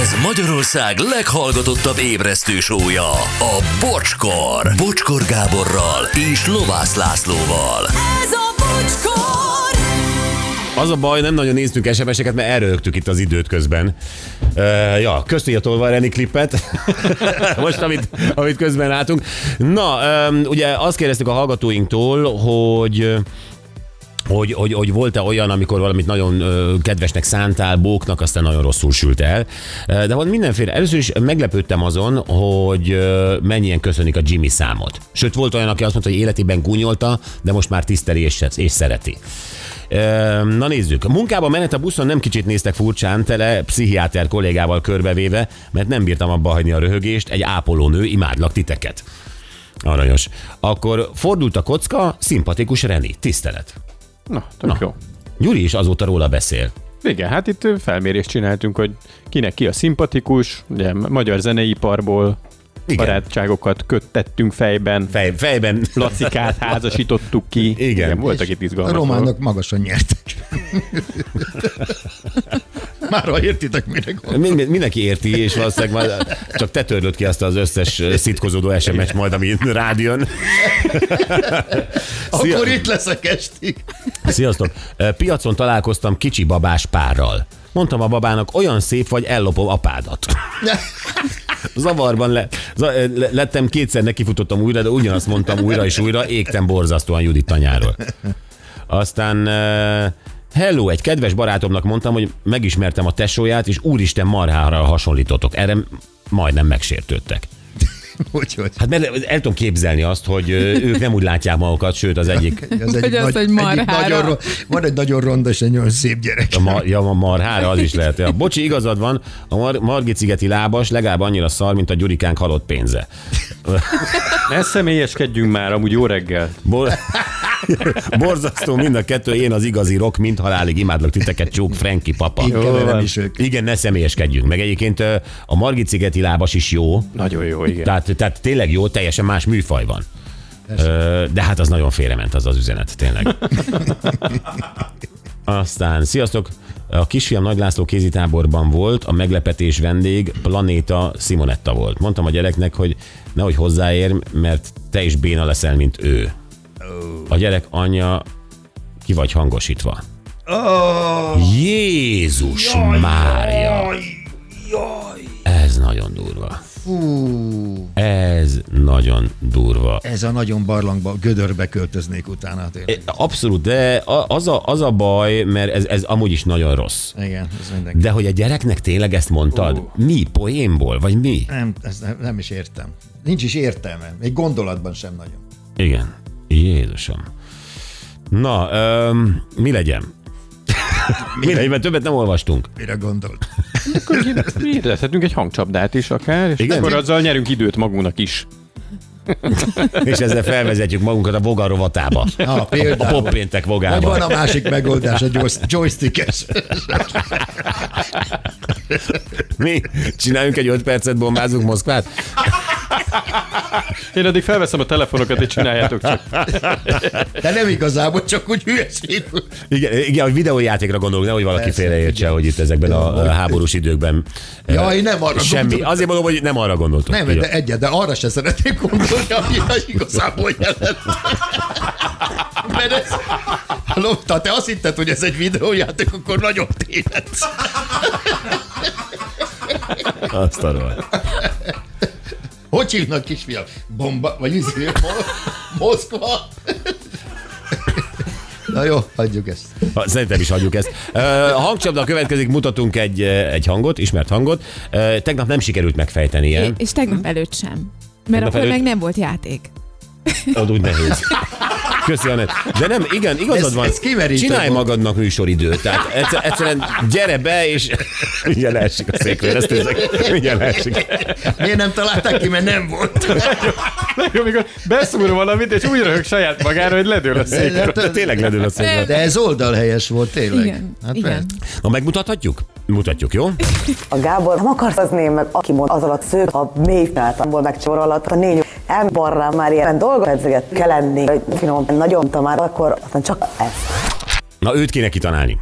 Ez Magyarország leghallgatottabb ébresztő sója, a Bocskor. Bocskor Gáborral és Lovász Lászlóval. Ez a bocskor! Az a baj, nem nagyon néztünk SMS-eket, mert elrögtük itt az időt közben. Uh, ja, köszönjük a Tolva Reni klippet, most amit, amit közben látunk. Na, um, ugye azt kérdeztük a hallgatóinktól, hogy hogy, hogy, hogy volt-e olyan, amikor valamit nagyon ö, kedvesnek szántál, bóknak, aztán nagyon rosszul sült el. Ö, De van mindenféle. Először is meglepődtem azon, hogy ö, mennyien köszönik a Jimmy számot. Sőt, volt olyan, aki azt mondta, hogy életében gúnyolta, de most már tiszteli és, és szereti. Ö, Na nézzük. Munkába menet a buszon nem kicsit néztek furcsán, tele pszichiáter kollégával körbevéve, mert nem bírtam abba hagyni a röhögést, egy ápolónő, imádlak titeket. Aranyos. Akkor fordult a kocka, szimpatikus Reni, tisztelet. Na, tök Na. jó. Gyuri is azóta róla beszél. Igen, hát itt ö, felmérést csináltunk, hogy kinek ki a szimpatikus, ugye magyar zeneiparból Igen. Igen. barátságokat köttettünk fejben, Fej, fejben lacikát házasítottuk ki. Igen, voltak itt A izgalmas dolgok. románok magasan nyertek. Már ha értitek, mire gondolok. Mind- mindenki érti, és valószínűleg már csak te törlöd ki azt az összes szitkozódó SMS majd, ami rád jön. Szia- Akkor itt leszek estig. Sziasztok! Piacon találkoztam kicsi babás párral. Mondtam a babának, olyan szép vagy, ellopom apádat. Zavarban le, za, eh, le, lettem, kétszer nekifutottam újra, de ugyanazt mondtam újra és újra, égtem borzasztóan Judit tanyáról. Aztán uh, hello, egy kedves barátomnak mondtam, hogy megismertem a tesóját, és úristen marhára hasonlítotok. Erre majdnem megsértődtek. Úgyhogy. Hát mert el tudom képzelni azt, hogy ö, ők nem úgy látják magukat, sőt az egyik Az Vagy az, hogy marhára. nagyon, ro- van egy nagyon ronda és egy nagyon szép gyerek. A, mar, ja, a marhára az is lehet. Ja, bocsi, igazad van, a mar, Margit-szigeti lábas legalább annyira szar, mint a gyurikánk halott pénze. Ne személyeskedjünk már, amúgy jó reggel. Bor... Borzasztó mind a kettő, én az igazi rock, mint halálig imádlak titeket, csók, Frankie papa. Én keverem van. is ők. Igen, ne személyeskedjünk. Meg egyébként ö, a Margit-szigeti lábas is jó, Nagyon jó, igen. tehát, tehát tényleg jó, teljesen más műfaj van. Ö, De hát az nagyon félrement az az üzenet, tényleg. Aztán, sziasztok! A kisfiam Nagy László kézitáborban volt, a meglepetés vendég Planéta Simonetta volt. Mondtam a gyereknek, hogy nehogy hozzáér, mert te is béna leszel, mint ő. A gyerek anyja ki vagy hangosítva. Jézus Mária! Ez nagyon durva. Fú, Ez nagyon durva. ez a nagyon barlangba, gödörbe költöznék utána. hát Tényleg. Abszolút, de a- az a, az a baj, mert ez, ez amúgy is nagyon rossz. Igen, ez mindenki. De hogy a gyereknek tényleg ezt mondtad? Uh. Mi? Poénból? Vagy mi? Nem, ezt nem, nem is értem. Nincs is értelme. Egy gondolatban sem nagyon. Igen. Jézusom. Na, öm, mi legyen? mi legyen? Mert többet nem olvastunk. Mire gondolt? Hirdethetünk egy hangcsapdát is akár, és Igen. igen. akkor azzal nyerünk időt magunknak is. És ezzel felvezetjük magunkat a voga rovatába. Na, A például. poppéntek Vagy van vogába. a másik megoldás, a joys- joystickes. Mi? Csináljunk egy 5 percet, bombázunk Moszkvát? Én addig felveszem a telefonokat, és csináljátok csak. De nem igazából, csak úgy hülyeség. Igen, igen, hogy videójátékra gondolok, nehogy valaki Persze, félreértse, hogy itt ezekben a, a háborús időkben Ja, én nem arra Semmi. gondoltam. Azért mondom, hogy nem arra gondoltam. Nem, de egyet, de arra se szeretnék gondolni, ami az igazából jelent. Mert ez... Lom, ha te azt hitted, hogy ez egy videójáték, akkor nagyon tévedsz. Azt arról. Hogy hívnak kisfiam? Bomba, vagy izé, Mo- Moszkva? Na jó, hagyjuk ezt. Ha, Szerintem is hagyjuk ezt. Ö, A hangcsapda következik, mutatunk egy, ö, egy hangot, ismert hangot. Ö, Tegnap nem sikerült megfejtenie, É, és tegnap előtt sem. Mert Tegnap akkor előtt? meg nem volt játék. ott úgy nehéz. Köszi, Anett. De nem, igen, igazad Ez- van. ez kimerítő Csinálj volt. magadnak műsoridőt. Tehát egyszer- egyszerűen gyere be, és mindjárt leesik a székről. Ezt ezek, mindjárt leesik. Miért nem találták ki, mert nem volt. Jó, amikor beszúr valamit, és úgy röhög saját magára, hogy ledől a székről. De tényleg ledül a székről. De ez oldalhelyes volt, tényleg. Igen, hát igen. persze. Na, megmutathatjuk? Mutatjuk, jó? A Gábor nem akart az német, meg aki mond az alatt szők, a mély általból meg csor alatt a négy emberrel már ilyen dolgot edzeget kell lenni, hogy finom, nagyon tamár, akkor aztán csak ez. Na, őt kéne kitalálni.